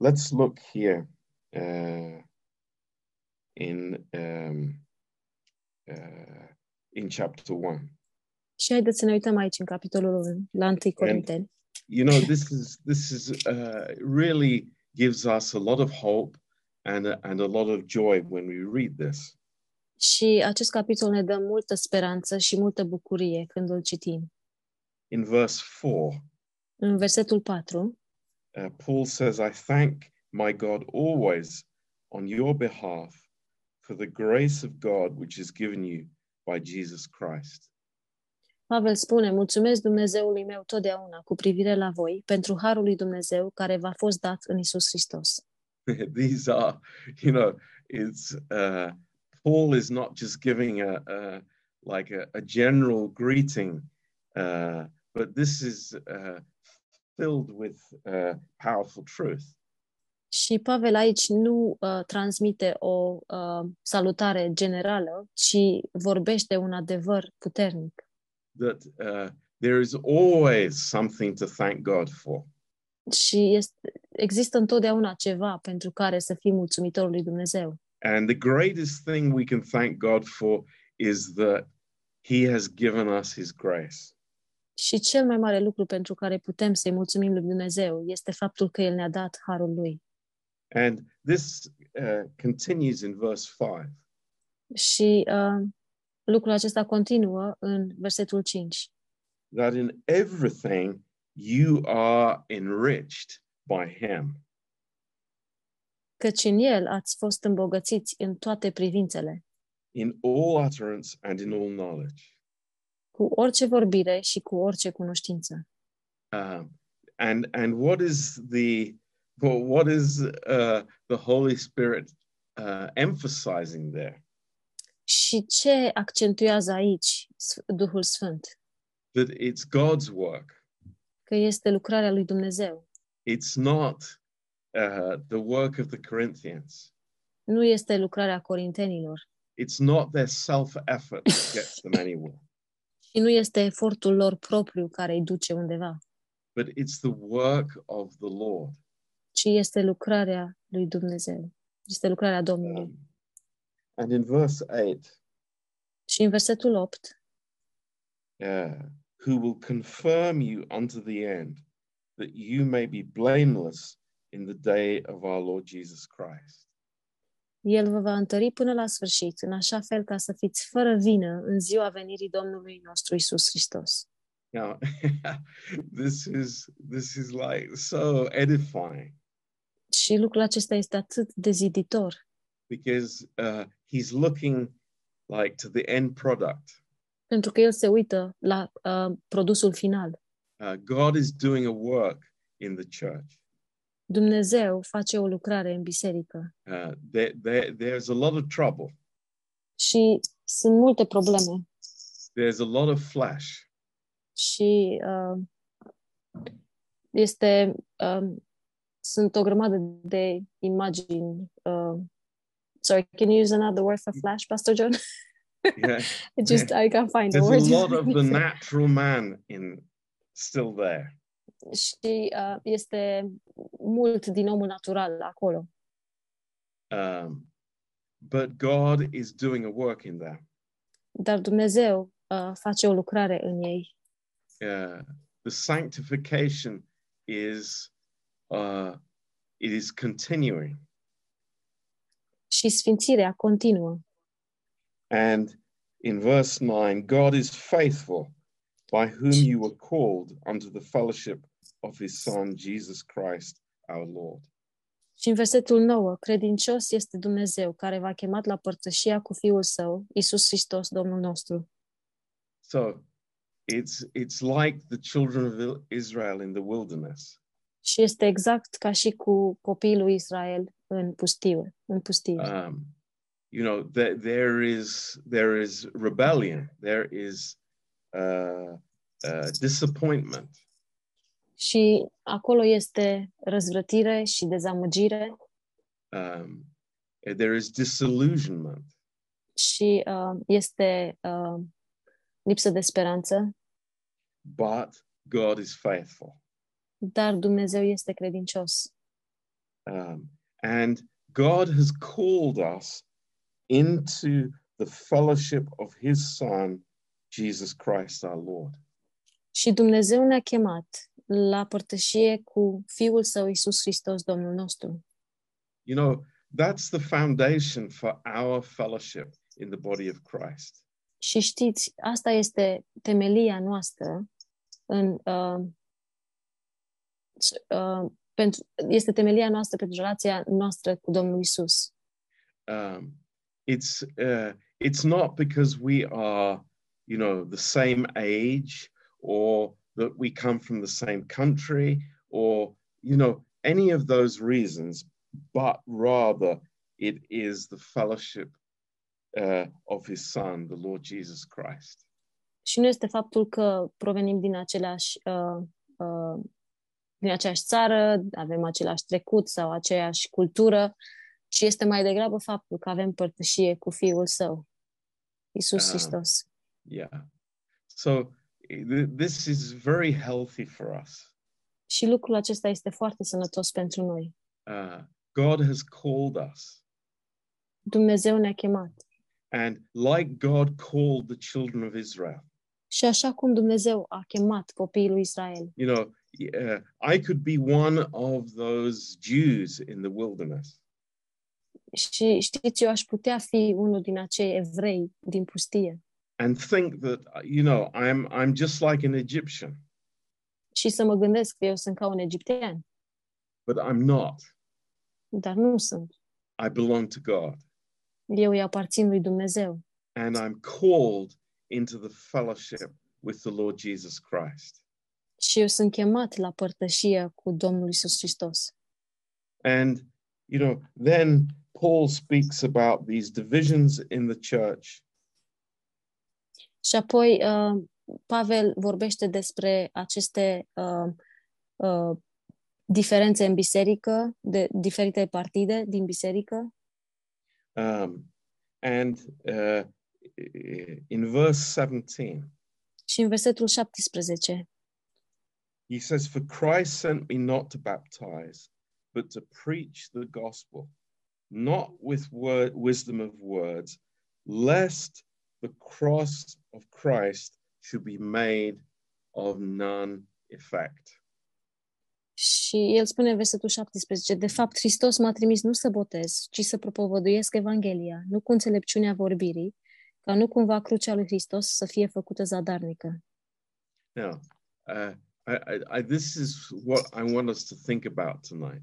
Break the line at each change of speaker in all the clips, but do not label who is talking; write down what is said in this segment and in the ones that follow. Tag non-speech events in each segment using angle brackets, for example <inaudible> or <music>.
let's look here uh, in um, uh, in chapter one.
Și haideți să ne uităm aici, în capitolul 1, la 1 Corinteni.
You know, this is this is uh, really gives us a lot of hope and a, and a lot of joy when we read this.
Și acest capitol ne dă multă speranță și multă bucurie când îl citim.
In verse four,
În versetul 4,
uh, Paul says, "I thank my God always on your behalf for the grace of God which is given you by Jesus Christ."
Pavel spune, mulțumesc Dumnezeului meu totdeauna cu privire la voi pentru harul lui Dumnezeu care v-a fost dat în Isus Hristos.
<laughs> these are, you know, it's uh, Paul is not just giving a, a like a, a general greeting, uh, but this is uh, filled with uh, powerful truth.
Și Pavel aici nu uh, transmite o uh, salutare generală, ci vorbește un adevăr puternic.
That uh, there is always something to thank God for.
Și este, există întotdeauna ceva pentru care să fii mulțumitor lui Dumnezeu.
And the greatest thing we can thank God for is that He has given us His grace.
Și cel mai mare lucru pentru care putem să-i mulțumim lui Dumnezeu este faptul că El ne-a dat harul Lui.
And this uh, continues in verse 5.
Și uh, lucrul acesta continuă în versetul 5.
that in everything you are enriched by him.
Căci în El ați fost îmbogățiți în toate privințele,
In all utterance and in all knowledge.
cu orice vorbire și cu orice cunoștință.
Um, and and what is the well, what is uh, the Holy Spirit uh, emphasizing there?
Și ce accentuează aici Sf- Duhul Sfânt?
That it's God's work.
Că este lucrarea lui Dumnezeu.
It's not uh, the work of the Corinthians.
Nu este lucrarea corintenilor
It's not their self-effort that gets them anywhere,
și nu este efortul lor propriu care îi duce undeva,
but it's the work of the Lord.
ci este lucrarea lui Dumnezeu. Este lucrarea Domnului.
Um, and in verse eight,
Și în versetul 8,
uh, who will confirm you unto the end, that you may be blameless in the day of our Lord Jesus Christ.
El vă va întări până la sfârșit, în așa fel ca să fiți fără vină în ziua venirii Domnului nostru Isus Hristos.
Now, <laughs> this is this is like so edifying
Și lucrul acesta este atât de ziditor,
because uh, he's looking like to the end product.
pentru că el se uită la uh, produsul final.
Uh, God is doing a work in the church.
Dumnezeu face o lucrare în biserică
Uh, there, there, there's a lot of trouble.
și sunt multe probleme
There's a lot of flesh.
și uh, este uh, sunt o grămadă de imagini. Uh, sorry, can you use another word for flash, Pastor John? <laughs>
Yeah.
It just I can't find the
There's
word.
a lot of
<laughs>
the natural man in still there.
și uh, este mult din omul natural acolo.
Um, but God is doing a work in that.
Dar Dumnezeu uh, face o lucrare în ei.
Uh, the sanctification is uh, it is continuing,
Și sfințirea continuă.
and in verse nine, God is faithful, by whom you were called unto the fellowship of His Son Jesus Christ, our Lord.
Și în versetul 9, credincios este Dumnezeu care v-a chemat la părtășia cu Fiul Său, Isus Hristos, Domnul nostru.
So, it's it's like the children of Israel in the wilderness.
Și este exact ca și cu copiii lui Israel în pustiu. În pustiu.
um, you know that there is there is rebellion there is uh, uh, disappointment
Și acolo este răzvrătire și dezamăgire
um, there is disillusionment
și uh, este uh, lipsă de speranță.
but god is faithful
dar Dumnezeu este credincios
Um, and God has called us into the fellowship of his son, Jesus Christ our Lord.
Și Dumnezeu ne-a chemat la părtășie cu Fiul Său, Isus Hristos, Domnul nostru.
You know, that's the foundation for our fellowship in the body of Christ.
Și știți, asta este temelia noastră în, uh, uh, pentru, este temelia noastră pentru relația noastră cu Domnul Isus.
Um, it's uh, it's not because we are, you know, the same age or that we come from the same country or you know any of those reasons, but rather it is the fellowship uh, of His Son, the Lord Jesus Christ.
Și nu este faptul că provenim din aceleași uh, uh, din aceeași țară, avem același trecut sau aceeași cultură, ci este mai degrabă faptul că avem părtășie cu Fiul Său, Isus
Ah.
Hristos.
Yeah. So th- this is very healthy for us.
Și lucrul acesta este foarte sănătos pentru noi.
Uh, God has called us.
Dumnezeu ne-a chemat.
And like God called the children of Israel,
Și așa cum Dumnezeu a chemat copiii lui Israel,
you know, uh, I could be one of those Jews in the wilderness.
și știți, eu aș putea fi unul din acei evrei din pustie
and think that you know I'm I'm just like an Egyptian,
și să mă gândesc că eu sunt ca un egiptean,
but I'm not.
dar nu sunt.
I belong to God,
Eu îi aparțin lui Dumnezeu
and I'm called into the fellowship with the Lord Jesus Christ.
și eu sunt chemat la părtășie cu Domnul Isus Hristos.
And you know, then Paul speaks about these divisions in the church,
Și apoi uh, Pavel vorbește despre aceste uh, uh, diferențe în biserică, de diferite partide din biserică.
um, and uh, in verse 17
Și în versetul 17
he says, "For Christ sent me not to baptize, but to preach the gospel, not with word, wisdom of words, lest the cross of Christ should be made of none effect."
și el spune în versetul 17, de fapt Hristos m-a trimis nu să botez, ci să propovăduiesc Evanghelia, nu cu înțelepciunea vorbirii, ca nu cumva crucea lui Hristos să fie făcută zadarnică.
Now, uh, I, I, I, this is what I want us to think about tonight.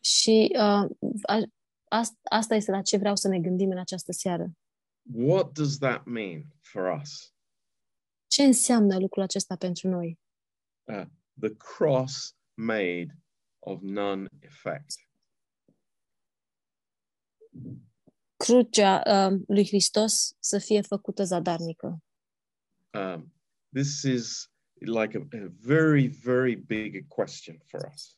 Și uh, a, asta, asta este la ce vreau să ne gândim în această seară.
What does that mean for us?
Ce înseamnă lucrul acesta pentru noi?
The cross made of none effect.
crucea uh, lui Hristos să fie făcută zadarnică.
um, this is like a, a very very big question for us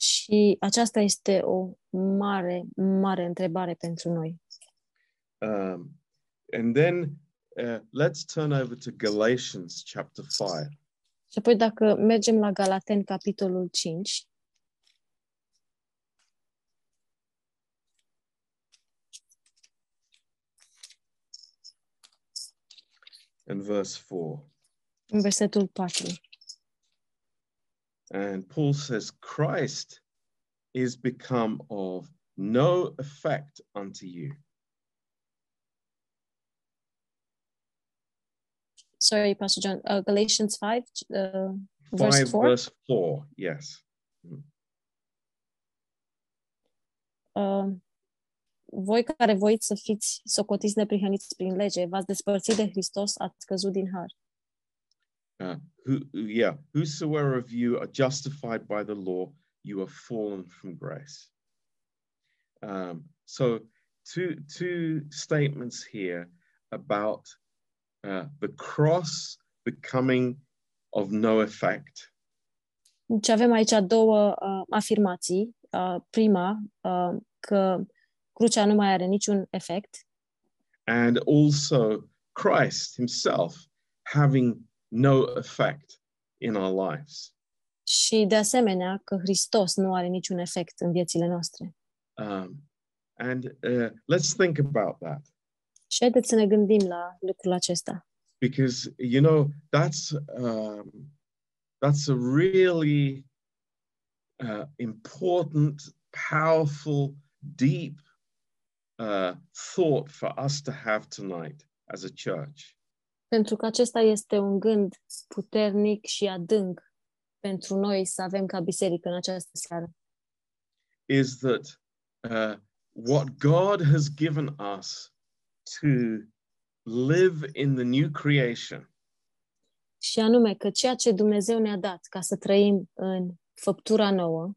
Și aceasta este o mare, mare întrebare pentru noi.
um, and then uh, let's turn over to galatians chapter 5
Și apoi dacă mergem la Galaten, capitolul 5,
and verse 4
în versetul 4.
and paul says christ is become of no effect unto you
Sorry, Pastor John. Uh, Galatians 5, uh, verse
5
4.
verse 4 yes
Uh, voi care voiți să fiți socotiți neprihăniți prin lege, v-ați despărțit de Hristos, ați căzut din har.
uh, who yeah whosoever of you are justified by the law you are fallen from grace um, so two two statements here about uh, the cross becoming of no effect
Deci avem aici două uh, afirmații. Uh, prima, uh, că crucea nu mai are niciun efect
and also christ himself having no effect in our lives
și de asemenea că Hristos nu are niciun efect în viețile noastre.
Um, and uh, let's think about that
Și haideți să ne gândim la lucrul acesta.
because you know that's um, that's a really uh, important, powerful, deep uh, thought for us to have tonight as a church.
Pentru că acesta este un gând puternic și adânc pentru noi să avem ca biserică în această seară.
Is that uh, what God has given us to live in the new creation
Și anume că ceea ce Dumnezeu ne-a dat ca să trăim în făptura nouă,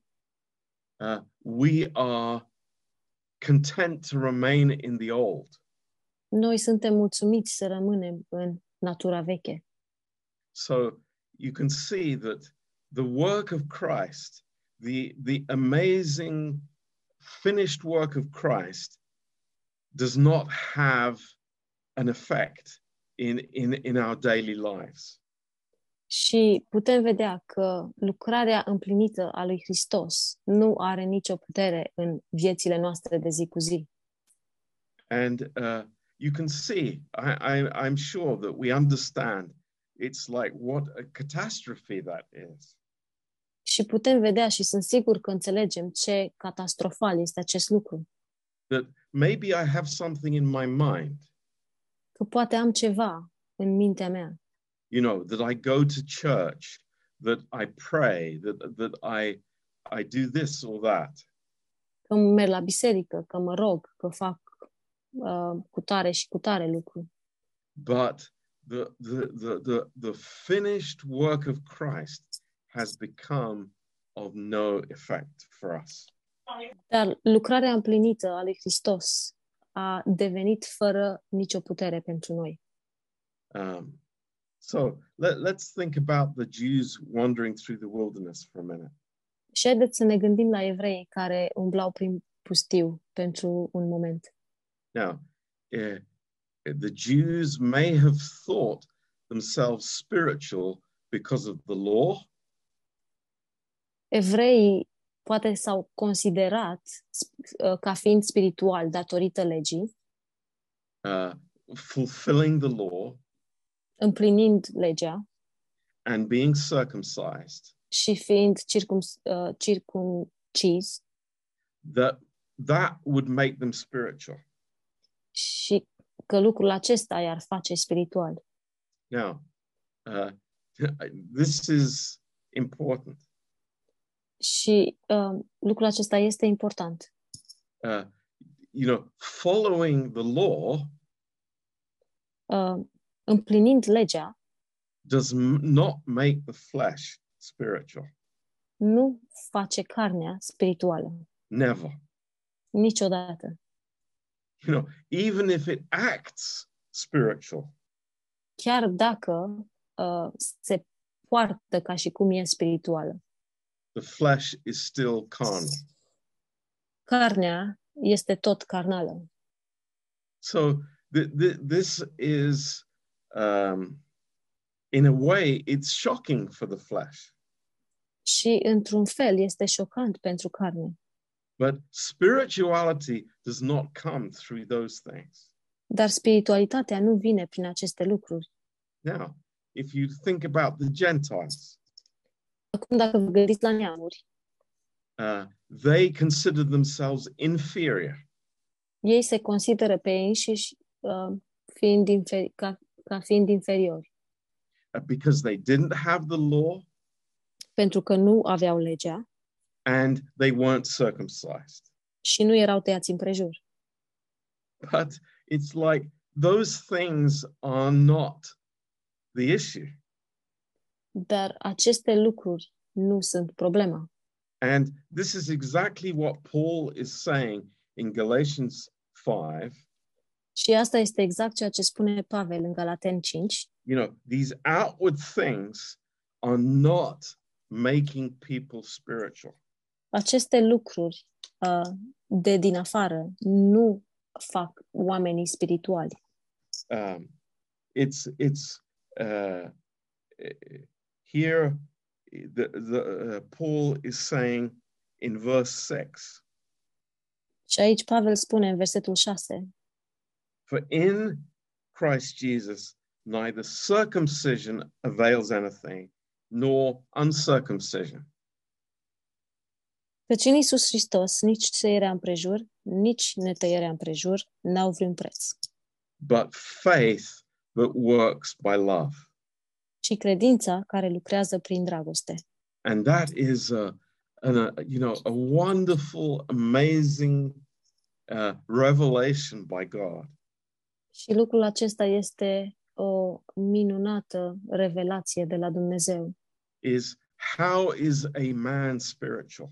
uh, we are content to remain in the old.
noi suntem mulțumiți să rămânem în natura veche.
So you can see that the work of Christ, the, the amazing finished work of Christ, does not have an effect in, in, in our daily lives.
Și putem vedea că lucrarea împlinită a lui Hristos nu are nicio putere în viețile noastre de zi cu zi.
And uh, you can see, I, I, I'm sure that we understand it's like what a catastrophe that is.
Și putem vedea și sunt sigur că înțelegem ce catastrofal este acest lucru.
That maybe I have something in my mind,
Că poate am ceva în mintea mea,
you know that i go to church that i pray that that i i do this or that
că merg la biserică, că mă rog, că fac uh, cu tare și cu tare lucru.
but the the the the, the finished work of christ has become of no effect for us
Dar lucrarea împlinită a lui Hristos a devenit fără nicio putere pentru noi.
um, so let, let's think about the jews wandering through the wilderness for a minute
Și haideți să ne gândim la evrei care umblau prin pustiu pentru un moment.
now eh, the jews may have thought themselves spiritual because of the law
Evreii poate s-au considerat sp- uh, ca fiind spiritual datorită legii,
uh, fulfilling the law
împlinind legea
and being circumcised
și fiind circum, uh, circumcis
that that would make them spiritual
și că lucrul acesta i-ar face spiritual.
now uh, <laughs> this is important
Și uh, lucrul acesta este important.
uh, you know following the law
Uh, împlinind legea
does m- not make the flesh spiritual
nu face carnea spirituală,
never
niciodată.
you know even if it acts spiritual
chiar dacă uh, se poartă ca și cum e spirituală.
the flesh is still carnal
Carnea este tot carnală.
so th- th- this is um, in a way it's shocking for the flesh
Și, într-un fel, este șocant pentru carne.
but spirituality does not come through those things
Dar spiritualitatea nu vine prin aceste lucruri.
now if you think about the gentiles
Acum, dacă vă gândiți la neamuri,
uh, they consider themselves inferior
ei se consideră pe ei înșiși uh, fiind inferi- ca, ca fiind inferiori,
uh, because they didn't have the law
pentru că nu aveau legea
and they weren't circumcised
și nu erau tăiați împrejur.
but it's like those things are not the issue
Dar aceste lucruri nu sunt problema.
And this is exactly what Paul is saying in Galatians 5.
Și asta este exact ceea ce spune Pavel în Galaten 5,
You know, these outward things are not making people spiritual.
aceste lucruri uh, de din afară nu fac oamenii spirituali.
Um, it's it's uh, eh, here the, the, uh, Paul is saying in verse 6
Și aici Pavel spune în versetul 6,
For in Christ Jesus, neither circumcision avails anything, nor uncircumcision.
căci în Iisus Hristos nici tăierea împrejur, nici netăierea împrejur n-au vreun preț,
but faith that works by love.
ci credința care lucrează prin dragoste.
And that is a, an, a you know a wonderful, amazing uh, revelation by God.
Și lucrul acesta este o minunată revelație de la Dumnezeu.
Is how is a man spiritual?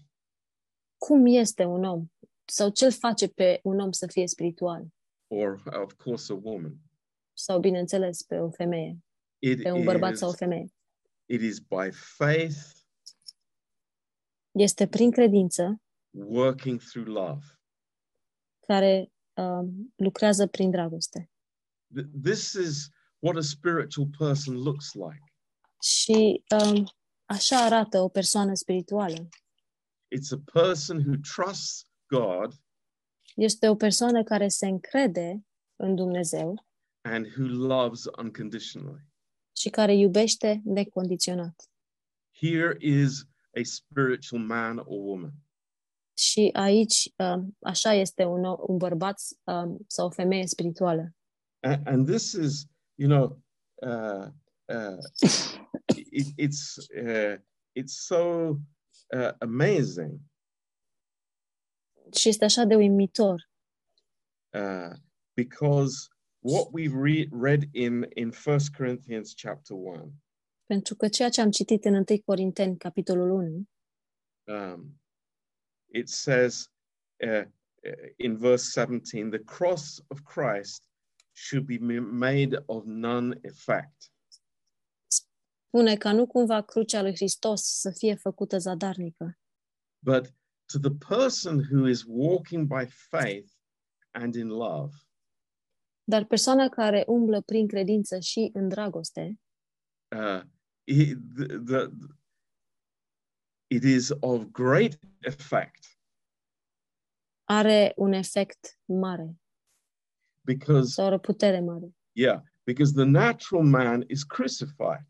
Cum este un om? Sau ce face pe un om să fie spiritual?
Or of course a woman.
Sau, bineînțeles, pe o femeie,
It
pe un bărbat
is-
sau o femeie.
it is by faith
Este prin credință
working through love.
care um, lucrează prin dragoste.
Th- This is what a spiritual person looks like.
Și um, așa arată o persoană spirituală.
It's a person who trusts God
Este o persoană care se încrede în Dumnezeu
and who loves unconditionally.
și care iubește necondiționat.
Here is a spiritual man or woman.
Și aici um, așa este un, o- un bărbat um, sau o femeie spirituală.
A- And this is, you know, uh, uh, it, it's, uh, it's so uh, amazing
Și este așa de uimitor,
uh, because what we re- read in, in 1 Corinthians chapter 1
pentru că ceea ce am citit în 1 Corinteni, capitolul 1,
um, it says uh, uh, in verse 17 the cross of christ should be ma- made of none effect
spune ca nu cumva crucea lui Hristos să fie făcută zadarnică,
but to the person who is walking by faith and in love
dar persoana care umblă prin credință și în dragoste,
uh, he- the- the- it is of great effect
are un efect mare
because
sau o putere mare.
yeah because the natural man is crucified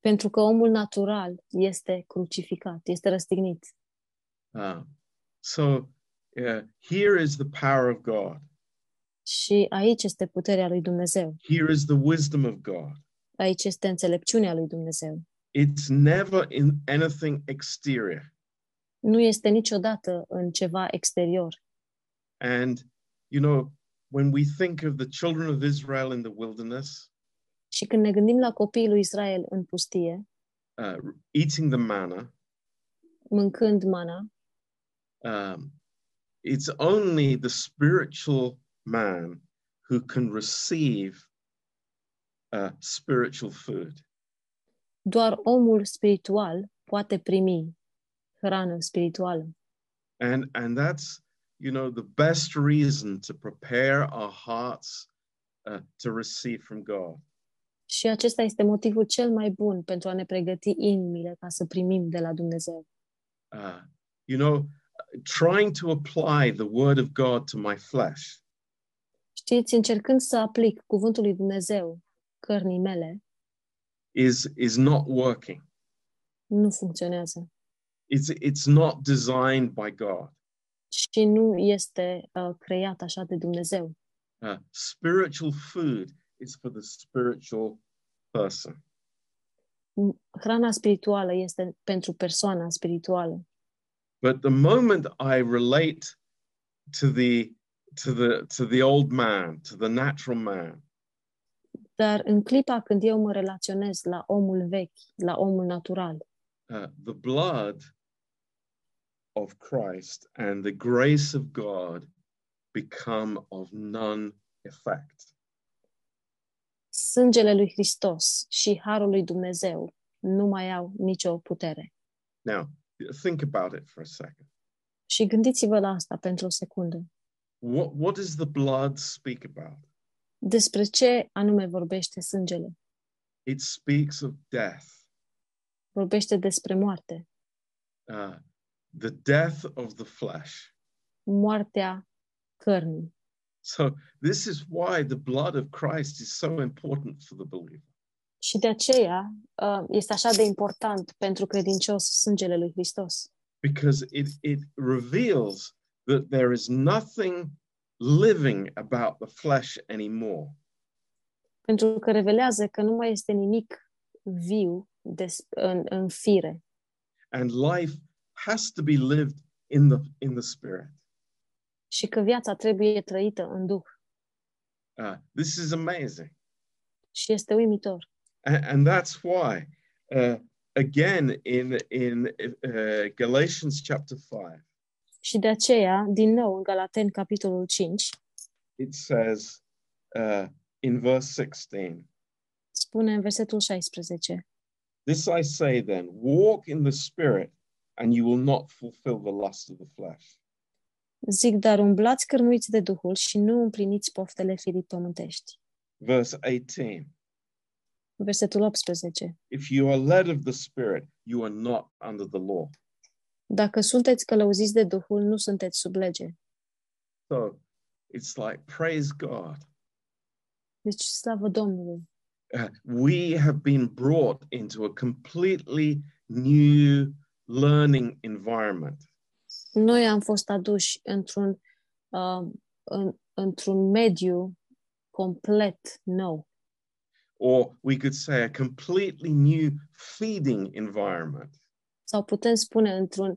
Pentru că omul natural este crucificat, este răstignit.
Uh, so uh, here is the power of god
Și aici este puterea lui Dumnezeu,
Here is the wisdom of God.
aici este înțelepciunea lui Dumnezeu.
It's never in anything exterior.
Nu este niciodată în ceva exterior.
And, you know, when we think of the children of Israel in the wilderness,
Și când ne gândim la copiii lui Israel în pustie,
uh, eating the manna,
mâncând mana,
um, it's only the spiritual man who can receive uh, spiritual food.
doar omul spiritual poate primi hrană spirituală.
And, and that's, you know, the best reason to prepare our hearts uh, to receive from God.
Și acesta este motivul cel mai bun pentru a ne pregăti inimile ca să primim de la Dumnezeu.
uh, you know, trying to apply the word of God to my flesh
Știți, încercând să aplic cuvântul lui Dumnezeu cărnii mele,
is is not working.
nu funcționează
It's it's not designed by God.
și nu este uh, creat așa de Dumnezeu.
Uh, spiritual food is for the spiritual person.
Hrana spirituală este pentru persoana spirituală,
But the moment I relate to the to the to the old man, to the natural man,
dar în clipa când eu mă relaționez la omul vechi, la omul natural,
uh, the blood of Christ and the grace of God become of none effect.
sângele lui Hristos și harul lui Dumnezeu nu mai au nicio putere.
Now, think about it for a second.
Și gândiți-vă la asta pentru o secundă.
What, what does the blood speak about?
Despre ce anume vorbește sângele?
It speaks of death,
vorbește despre moarte,
uh, the death of the flesh.
moartea cărnii.
So this is why the blood of Christ is so important for the believer.
Și de aceea uh, este așa de important pentru credincios sângele lui Hristos.
because it, it reveals that there is nothing living about the flesh anymore.
Pentru că revelează că nu mai este nimic viu des, în, în fire
And life has to be lived in the in the spirit.
și că viața trebuie trăită în Duh.
Uh, this is amazing.
Și este uimitor.
And, and that's why uh, again in in uh, Galatians chapter 5
Și de aceea, din nou, în Galaten, capitolul 5,
it says uh, in verse 16
spune în versetul 16,
This I say then, walk in the spirit and you will not fulfill the lust of the flesh.
Zic, dar umblați cărmuiți de Duhul și nu împliniți poftele firii pământești.
Verse 18
Versetul 18.
If you are led of the Spirit, you are not under the law.
Dacă sunteți călăuziți de Duhul, nu sunteți sub lege.
So it's like, praise God.
Deci, slavă Domnului!
Uh, we have been brought into a completely new learning environment.
Noi am fost aduși într-un, uh, în, într-un mediu complet nou
Or we could say a completely new feeding environment.
sau putem spune într-un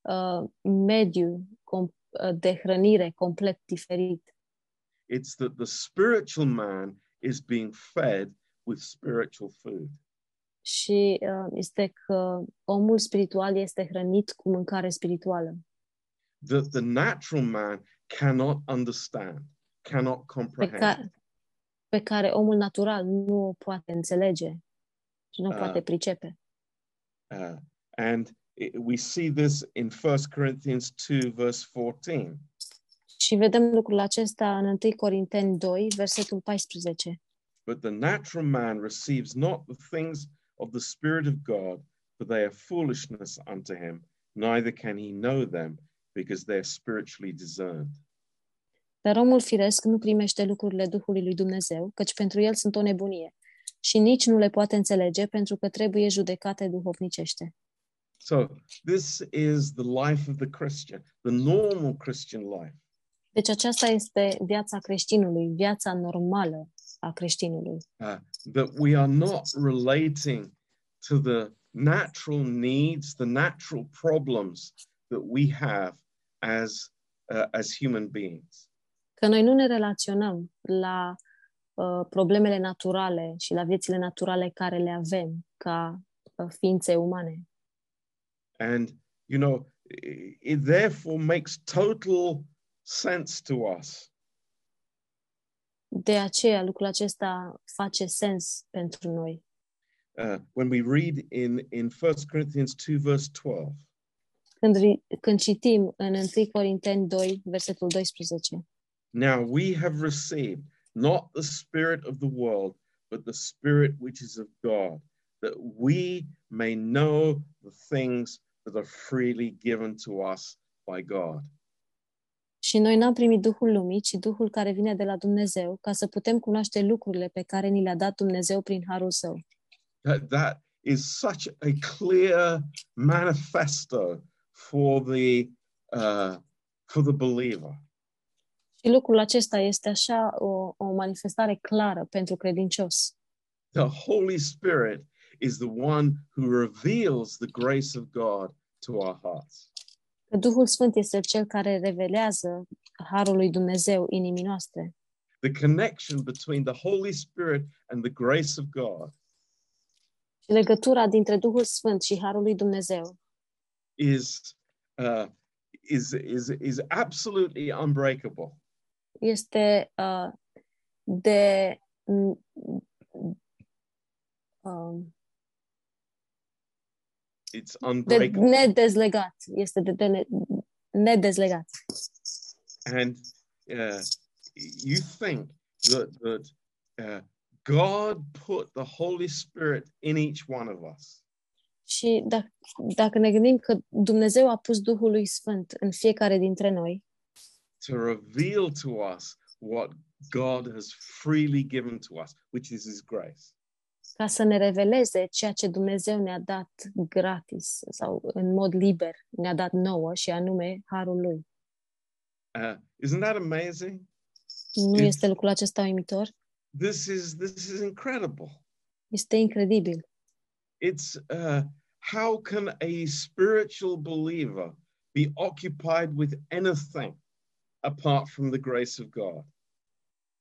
uh, mediu com- uh, de hrănire complet diferit.
It's that the spiritual man is being fed with spiritual food.
Și uh, este că omul spiritual este hrănit cu mâncare spirituală.
That the natural man cannot understand, cannot
pe
comprehend.
care, pe care omul natural nu o poate înțelege și nu o
Ah.
poate pricepe.
Uh, and it, we see this in 1 Corinthians 2, verse 14.
Și vedem lucrul acesta în 1 Corinteni 2, versetul 14.
But the natural man receives not the things of the Spirit of God, for they are foolishness unto him, neither can he know them, because they are spiritually discerned.
Dar omul firesc nu primește lucrurile Duhului lui Dumnezeu, căci pentru el sunt o nebunie și nici nu le poate înțelege pentru că trebuie judecate duhovnicește.
So, this is the life of the Christian, the normal Christian life.
Deci aceasta este viața creștinului, viața normală a creștinului.
uh, that we are not relating to the natural needs, the natural problems that we have as uh, as human beings.
Că noi nu ne relaționăm la uh, problemele naturale și la viețile naturale care le avem ca uh, ființe umane.
And you know, i- it therefore makes total sense to us
De aceea lucrul acesta face sens pentru noi.
uh, when we read in in First Corinthians two verse twelve.
Când, ri- când citim în 1 Corinteni 2, versetul 12,
Now we have received not the spirit of the world, but the spirit which is of God, that we may know the things that are freely given to us by God.
și noi n-am primit Duhul lumii, ci Duhul care vine de la Dumnezeu, ca să putem cunoaște lucrurile pe care ni le-a dat Dumnezeu prin harul său.
That, that is such a clear manifesto for the uh, for the believer.
Și lucrul acesta este așa o, o manifestare clară pentru credincios.
The Holy Spirit is the one who reveals the grace of God to our hearts.
Că Duhul Sfânt este cel care revelează harul lui Dumnezeu inimii noastre.
the connection between the Holy Spirit and the grace of God
Și legătura dintre Duhul Sfânt și harul lui Dumnezeu
is uh, is is is absolutely unbreakable.
este uh, de m- um,
It's
de
unbreakable,
nedezlegat. Este de, de ne, nedezlegat.
and uh, you think that that uh, God put the Holy Spirit in each one of us,
Și dacă, dacă ne gândim că Dumnezeu a pus Duhul lui Sfânt în fiecare dintre noi
to reveal to us what God has freely given to us, which is His grace.
ca să ne reveleze ceea ce Dumnezeu ne-a dat gratis sau în mod liber ne-a dat nouă și anume Harul Lui.
Uh, isn't that amazing?
Nu
Yes.
este lucrul acesta uimitor?
This is this is incredible.
Este incredibil.
It's uh, how can a spiritual believer be occupied with anything apart from the grace of God?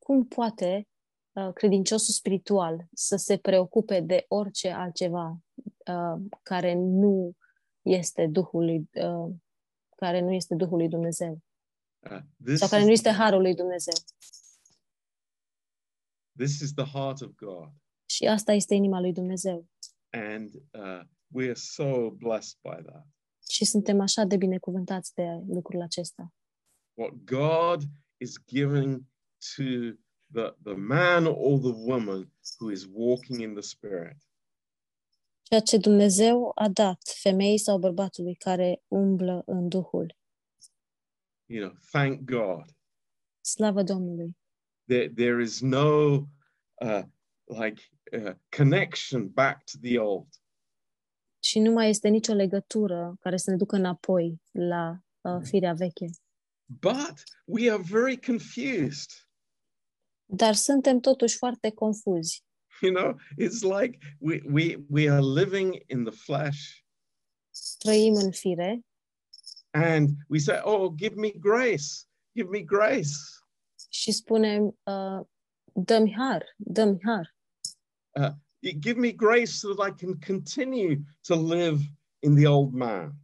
Cum poate uh, credinciosul spiritual să se preocupe de orice altceva uh, care nu este Duhul lui, uh, care nu este Duhul lui Dumnezeu
Uh, this,
sau care
is,
nu este Harul lui Dumnezeu?
this is the heart of God,
Și asta este inima lui Dumnezeu.
and uh, we are so blessed by that.
Și suntem așa de binecuvântați de lucrul acesta.
What God is giving to the, the man or the woman who is walking in the Spirit.
ceea ce Dumnezeu a dat femeii sau bărbatului care umblă în Duhul.
You know, thank God.
Slavă Domnului!
there there is no uh, like uh, connection back to the old.
Și nu mai este nicio legătură care să ne ducă înapoi la uh, firea veche.
But we are very confused. <laughs>
Dar suntem totuși foarte confuzi.
You know, it's like we we we are living in the flesh,
Trăim în fire
and we say, "Oh, give me grace, give me grace."
și spunem, uh, dă-mi har, dă-mi har.
Give me grace so that I can continue to live in the old man.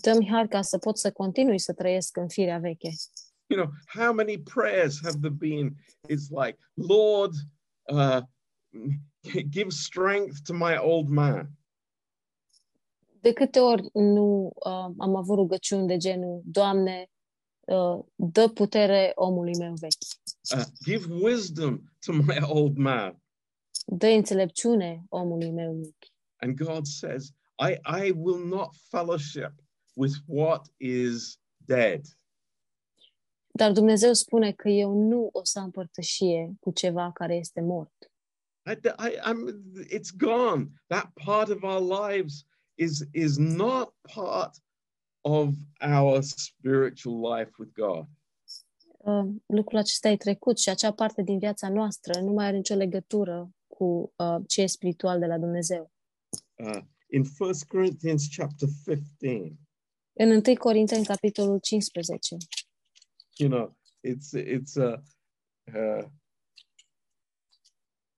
Dă-mi har ca să pot să continui să trăiesc în firea veche.
you know how many prayers have there been it's like lord uh, <laughs> give strength to my old man
De câte ori nu uh, am avut rugăciuni de genul, Doamne, uh, dă putere omului meu vechi.
uh, give wisdom to my <laughs> old man
dă înțelepciune omului meu mic.
and god says i i will not fellowship with what is dead
Dar Dumnezeu spune că eu nu o să am părtășie cu ceva care este mort.
I, I, I'm, it's gone that part of our lives is is not part of our spiritual life with god
Uh, Lucrul acesta e trecut și acea parte din viața noastră nu mai are nicio legătură cu uh, ce e spiritual de la Dumnezeu.
uh, in 1 corinthians chapter 15
În 1 Corinteni, capitolul 15,
you know it's it's uh, uh,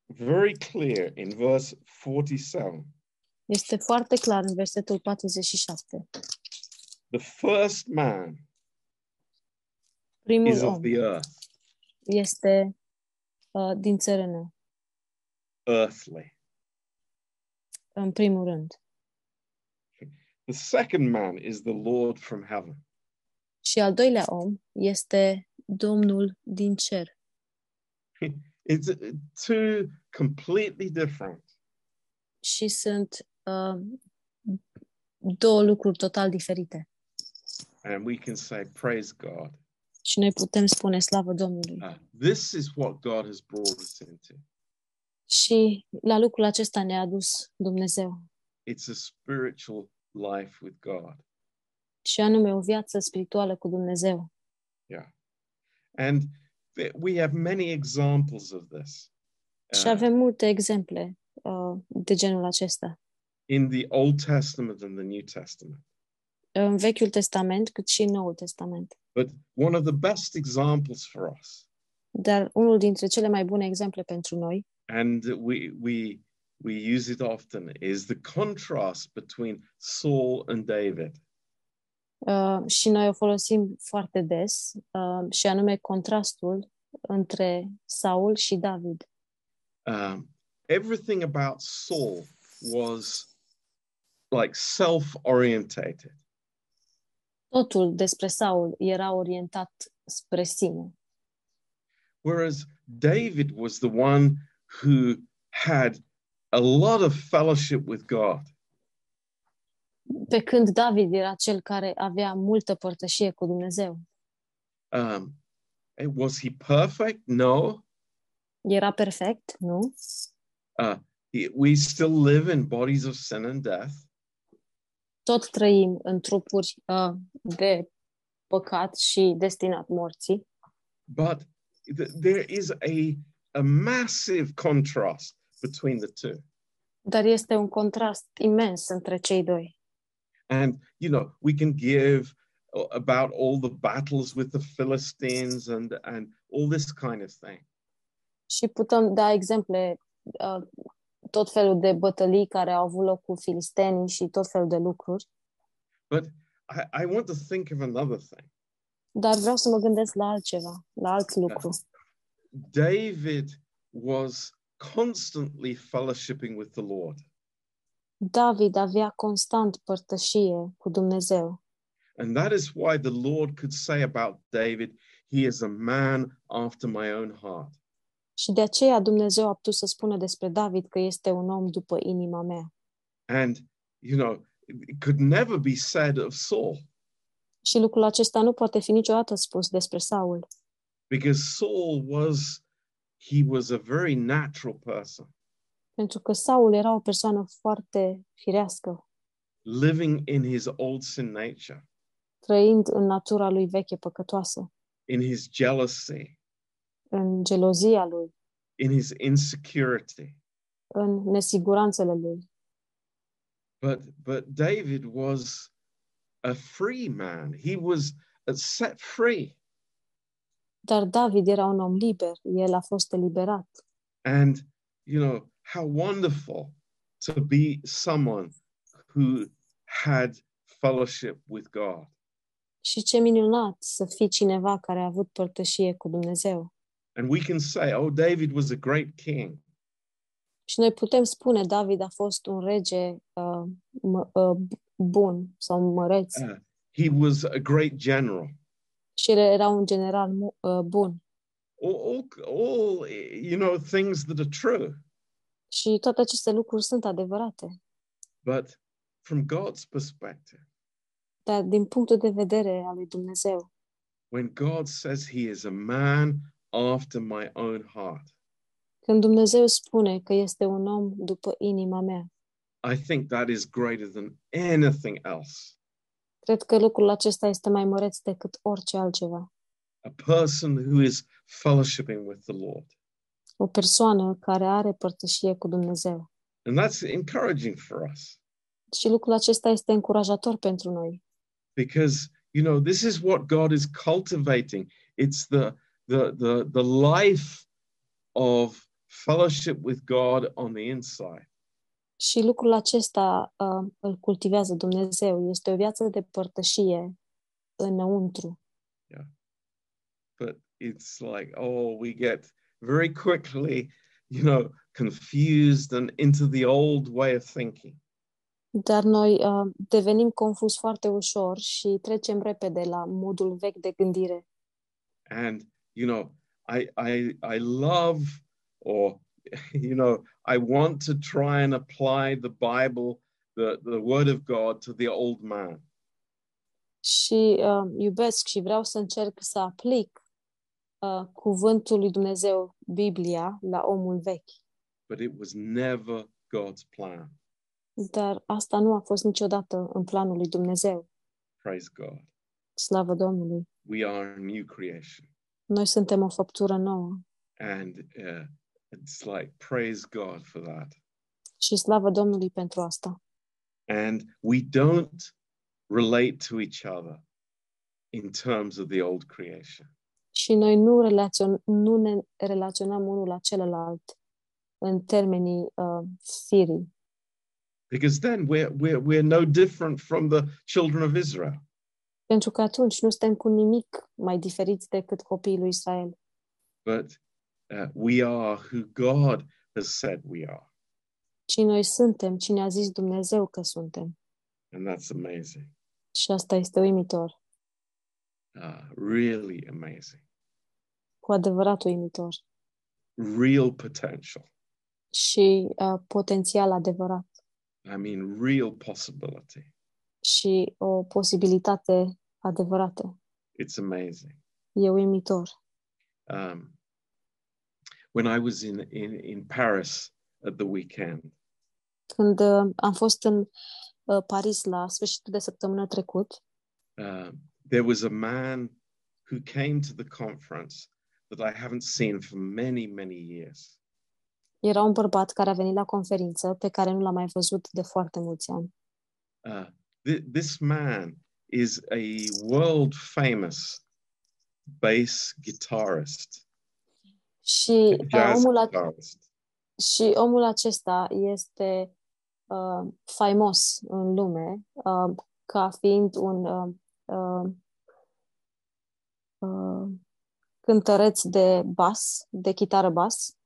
very clear in verse 47
este foarte clar în versetul 47.
the first man
Primul
is
om
of the earth
este uh, din țărână,
earthly
în primul rând.
the second man is the lord from heaven
Și al doilea om este Domnul din cer.
it's uh, two completely different
și sunt uh, două lucruri total diferite.
and we can say praise god
Și noi putem spune slavă Domnului.
Uh, this is what god has brought us into
Și la lucrul acesta ne-a adus Dumnezeu.
it's a spiritual life with god
Și anume o viață spirituală cu Dumnezeu.
and th- we have many examples of this
Și
uh,
avem multe exemple uh, de genul acesta.
in the Old Testament and the New Testament.
În Vechiul Testament, cât și în Noul Testament.
But one of the best examples for us,
Dar unul dintre cele mai bune exemple pentru noi
and we we we use it often, is the contrast between Saul and David.
uh, și noi o folosim foarte des, uh, și anume contrastul între Saul și David.
Um, everything about Saul was like self-orientated.
Totul despre Saul era orientat spre sine,
Whereas David was the one who had a lot of fellowship with God.
Pe când David era cel care avea multă părtășie cu Dumnezeu.
Um, eh, was he perfect? No.
Era perfect, nu?
Uh, he- we still live in bodies of sin and death,
Tot trăim în trupuri uh, de păcat și destinat morții,
but th- there is a, a massive contrast between the two.
dar este un contrast imens între cei doi.
And, you know, we can give a- about all the battles with the Philistines and, and all this kind of thing.
Și putem da exemple, uh, tot felul de bătălii care au avut loc cu filistenii și tot felul de lucruri,
But I, I want to think of another thing.
dar vreau să mă gândesc la altceva, la alt lucru.
David was constantly fellowshipping with the Lord.
David avea constant părtășie cu Dumnezeu
And that is why the Lord could say about David, he is a man after my own heart.
și de aceea Dumnezeu a putut să spună despre David că este un om după inima mea.
And, you know, it could never be said of Saul
Și lucrul acesta nu poate fi niciodată spus despre Saul,
because Saul was, he was a very natural person
pentru că Saul era o persoană foarte firească,
living in his old sin nature,
trăind în natura lui veche păcătoasă,
in his jealousy,
în gelozia lui,
in his insecurity.
în nesiguranțele lui.
But, but David was a free man. He was uh, set free.
Dar David era un om liber, el a fost eliberat.
And you know how wonderful to be someone who had fellowship with God.
Și ce minunat să fii cineva care a avut părtășie cu Dumnezeu.
And we can say, oh, David was a great king.
Și noi putem spune, David a fost un rege uh, mă, uh, bun sau măreț
Uh, He was a great general.
și el era un general mu- uh, bun.
All, all, all you know things that are true,
Și toate aceste lucruri sunt adevărate.
but from God's perspective,
Dar din punctul de vedere al lui Dumnezeu,
when God says He is a man after my own heart,
când Dumnezeu spune că este un om după inima mea,
I think that is greater than anything else.
cred că lucrul acesta este mai măreț decât orice altceva.
A person who is fellowshipping with the Lord.
O persoană care are părtășie cu Dumnezeu.
And that's encouraging for us
Și lucrul acesta este încurajator pentru noi,
because you know this is what God is cultivating. It's the the the the life of fellowship with God on the inside.
Și lucrul acesta uh, îl cultivează Dumnezeu. Este o viață de părtășie înăuntru.
But it's like, oh, we get very quickly, you know, confused and into the old way of thinking.
Dar noi uh, devenim confuz foarte ușor și trecem repede la modul vechi de gândire.
And you know, I I I love or <laughs> you know, I want to try and apply the Bible, the, the word of God to the old man.
Și uh, iubesc și vreau să încerc să aplic uh, cuvântul lui Dumnezeu, Biblia, la omul vechi.
but it was never God's plan.
Dar asta nu a fost niciodată în planul lui Dumnezeu.
Praise God.
Slavă Domnului!
We are a new creation.
Noi suntem o făptură nouă
And uh, it's like, praise God for that.
și slavă Domnului pentru asta.
And we don't relate to each other in terms of the old creation.
și noi nu, relațion, nu ne relaționăm unul la celălalt în termenii uh, firii,
Because then we're, we're, we're no different from the children of Israel.
pentru că atunci nu suntem cu nimic mai diferiți decât copiii lui Israel,
But uh, we are who God has said we are.
ci noi suntem cine a zis Dumnezeu că suntem.
And that's amazing.
Și asta este uimitor,
Uh, really amazing.
cu adevărat uimitor
Real potential.
și uh, potențial adevărat,
I mean, real possibility.
și o posibilitate adevărată.
It's amazing.
E uimitor.
Um, when I was in, in, in Paris at the weekend,
Când uh, am fost în uh, Paris la sfârșitul de săptămână trecut,
uh, there was a man who came to the conference that I haven't seen for many, many years.
era un bărbat care a venit la conferință pe care nu l-am mai văzut de foarte mulți ani.
Uh, thi- this man is a world famous bass guitarist,
Și uh,
jazz
omul, a,
guitarist.
și omul acesta este uh, faimos în lume uh, ca fiind un uh, uh, uh, cântăreț de bas, de chitară bas.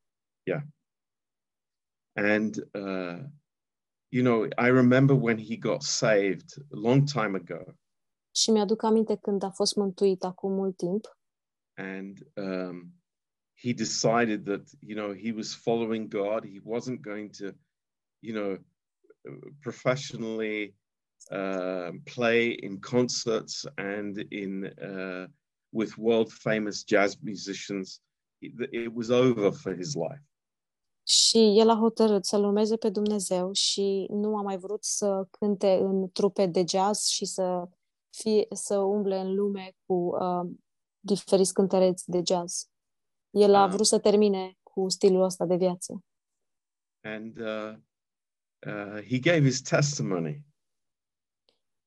And, uh, you know, I remember when he got saved a long time ago.
Și mi-aduc aminte când a fost mântuit acum mult timp
And um, he decided that, you know, he was following God. He wasn't going to, you know, professionally uh, play in concerts and in uh, with world famous jazz musicians. It, it was over for his life.
și el a hotărât să-L urmeze pe Dumnezeu și nu a mai vrut să cânte în trupe de jazz și să, fie, să umble în lume cu uh, diferiți cântăreți de jazz. El a
Ah.
vrut să termine cu stilul ăsta de viață
And uh, uh, he gave his testimony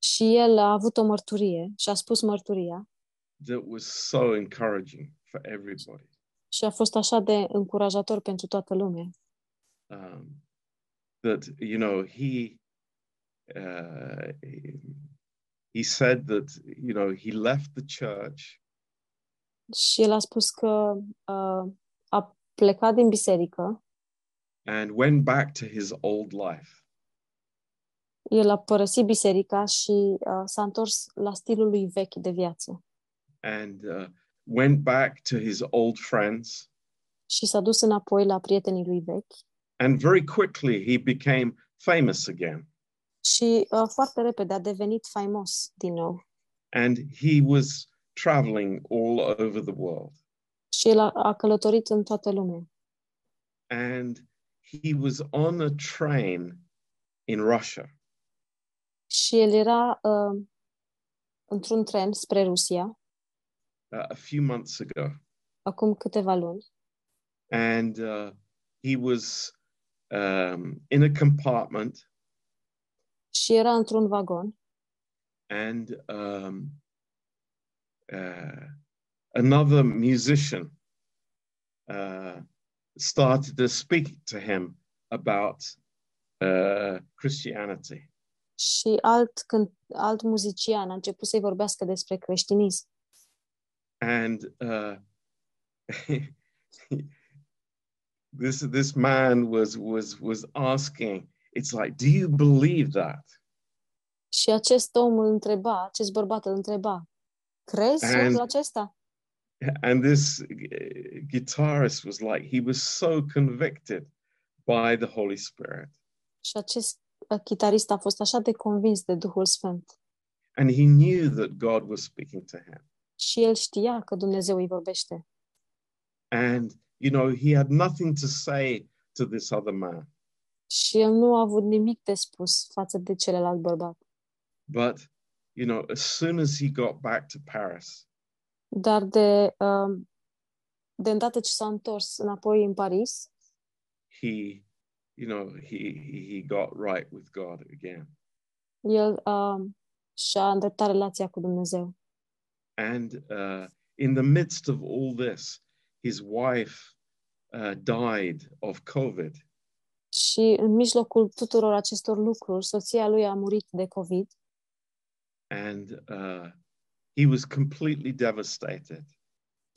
și el a avut o mărturie și a spus mărturia
that was so encouraging for everybody.
și a fost așa de încurajator pentru toată lumea.
um, that you know he uh, he said that you know he left the church
Și el a spus că uh, a plecat din biserică
and went back to his old life
El a părăsit biserica și uh, s-a întors la stilul lui vechi de viață
and uh, went back to his old friends
și s-a dus înapoi la prietenii lui vechi
and very quickly he became famous again
și uh, foarte repede a devenit faimos din nou.
and he was traveling all over the world
Și el a, a călătorit în toată lumea
and he was on a train in Russia
și el era uh, într-un tren spre Rusia
uh, a few months ago
acum câteva luni
and uh, he was um, in a compartment
și era într-un vagon
and um, uh, another musician uh, started to speak to him about uh, christianity
și alt, când, alt muzician a început să-i vorbească despre creștinism
and uh, <laughs> this this man was was was asking it's like do you believe that
și acest om îl întreba, acest bărbat îl întreba, crezi
And-
lucrul acesta?
and this uh, guitarist was like he was so convicted by the holy spirit
Și acest uh, chitarist a fost așa de convins de Duhul Sfânt.
and he knew that god was speaking to him
Și el știa că Dumnezeu îi vorbește.
and you know he had nothing to say to this other man
Și el nu a avut nimic de spus față de celălalt bărbat.
but you know as soon as he got back to paris
Dar de, uh, de îndată ce s-a întors înapoi în Paris,
he you know he he he got right with god again
el uh, și-a îndreptat relația cu Dumnezeu.
and uh, in the midst of all this his wife uh, died of covid
Și în mijlocul tuturor acestor lucruri, soția lui a murit de COVID
and uh, he was completely devastated.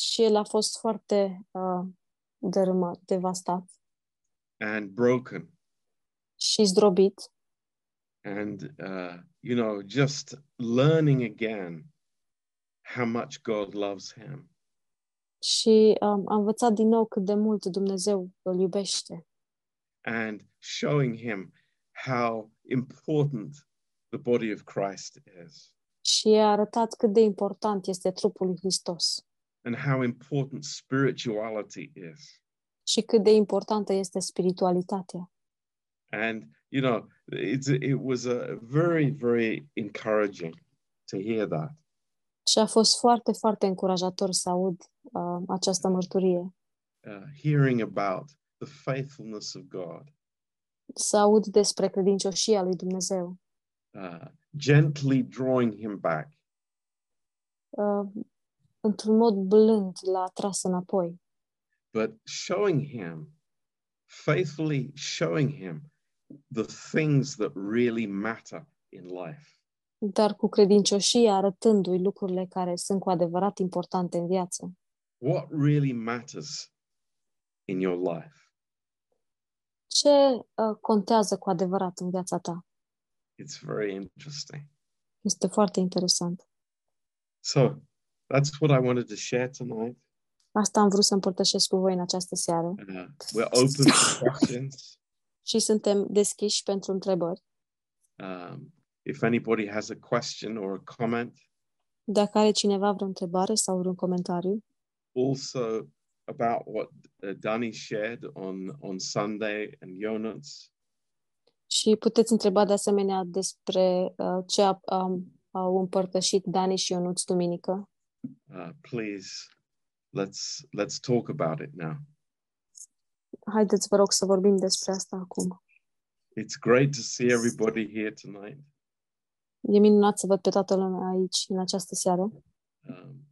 și el a fost foarte uh, dărâmat, devastat
and broken
și zdrobit
and uh, you know just learning again how much god loves him
Și um, am învățat din nou cât de mult Dumnezeu îl iubește
and showing him how important the body of Christ is
și a arătat cât de important este trupul lui Hristos
and how important spirituality is.
și cât de importantă este spiritualitatea.
And, you know, it's, it was a very, very encouraging to hear that.
Și a fost foarte, foarte încurajator să aud uh, această mărturie,
uh, hearing about the faithfulness of God,
să aud despre credincioșia lui Dumnezeu,
uh, gently drawing him back,
uh, într-un mod blând l-a tras înapoi,
but showing him, faithfully showing him the things that really matter in life.
dar cu credincioșia arătându-i lucrurile care sunt cu adevărat importante în viață.
What really matters in your life?
Ce uh, contează cu adevărat în viața ta?
It's very interesting.
Este foarte interesant.
So that's what I wanted to share tonight.
Asta am vrut să împărtășesc cu voi în această seară
Uh, we're open to questions.
și suntem deschiși pentru întrebări.
Um, if anybody has a question or a comment,
Dacă are cineva vreo întrebare sau vreun comentariu,
also about what uh, Danny shared on on Sunday and Jonas.
Și puteți întreba de asemenea despre uh, ce a, um, au împărtășit Dani și Ionuț duminică.
Uh, please, let's let's talk about it now.
Haideți, vă rog, să vorbim despre asta acum.
It's great to see everybody here tonight.
E minunat să văd pe toată lumea aici în această seară
Um,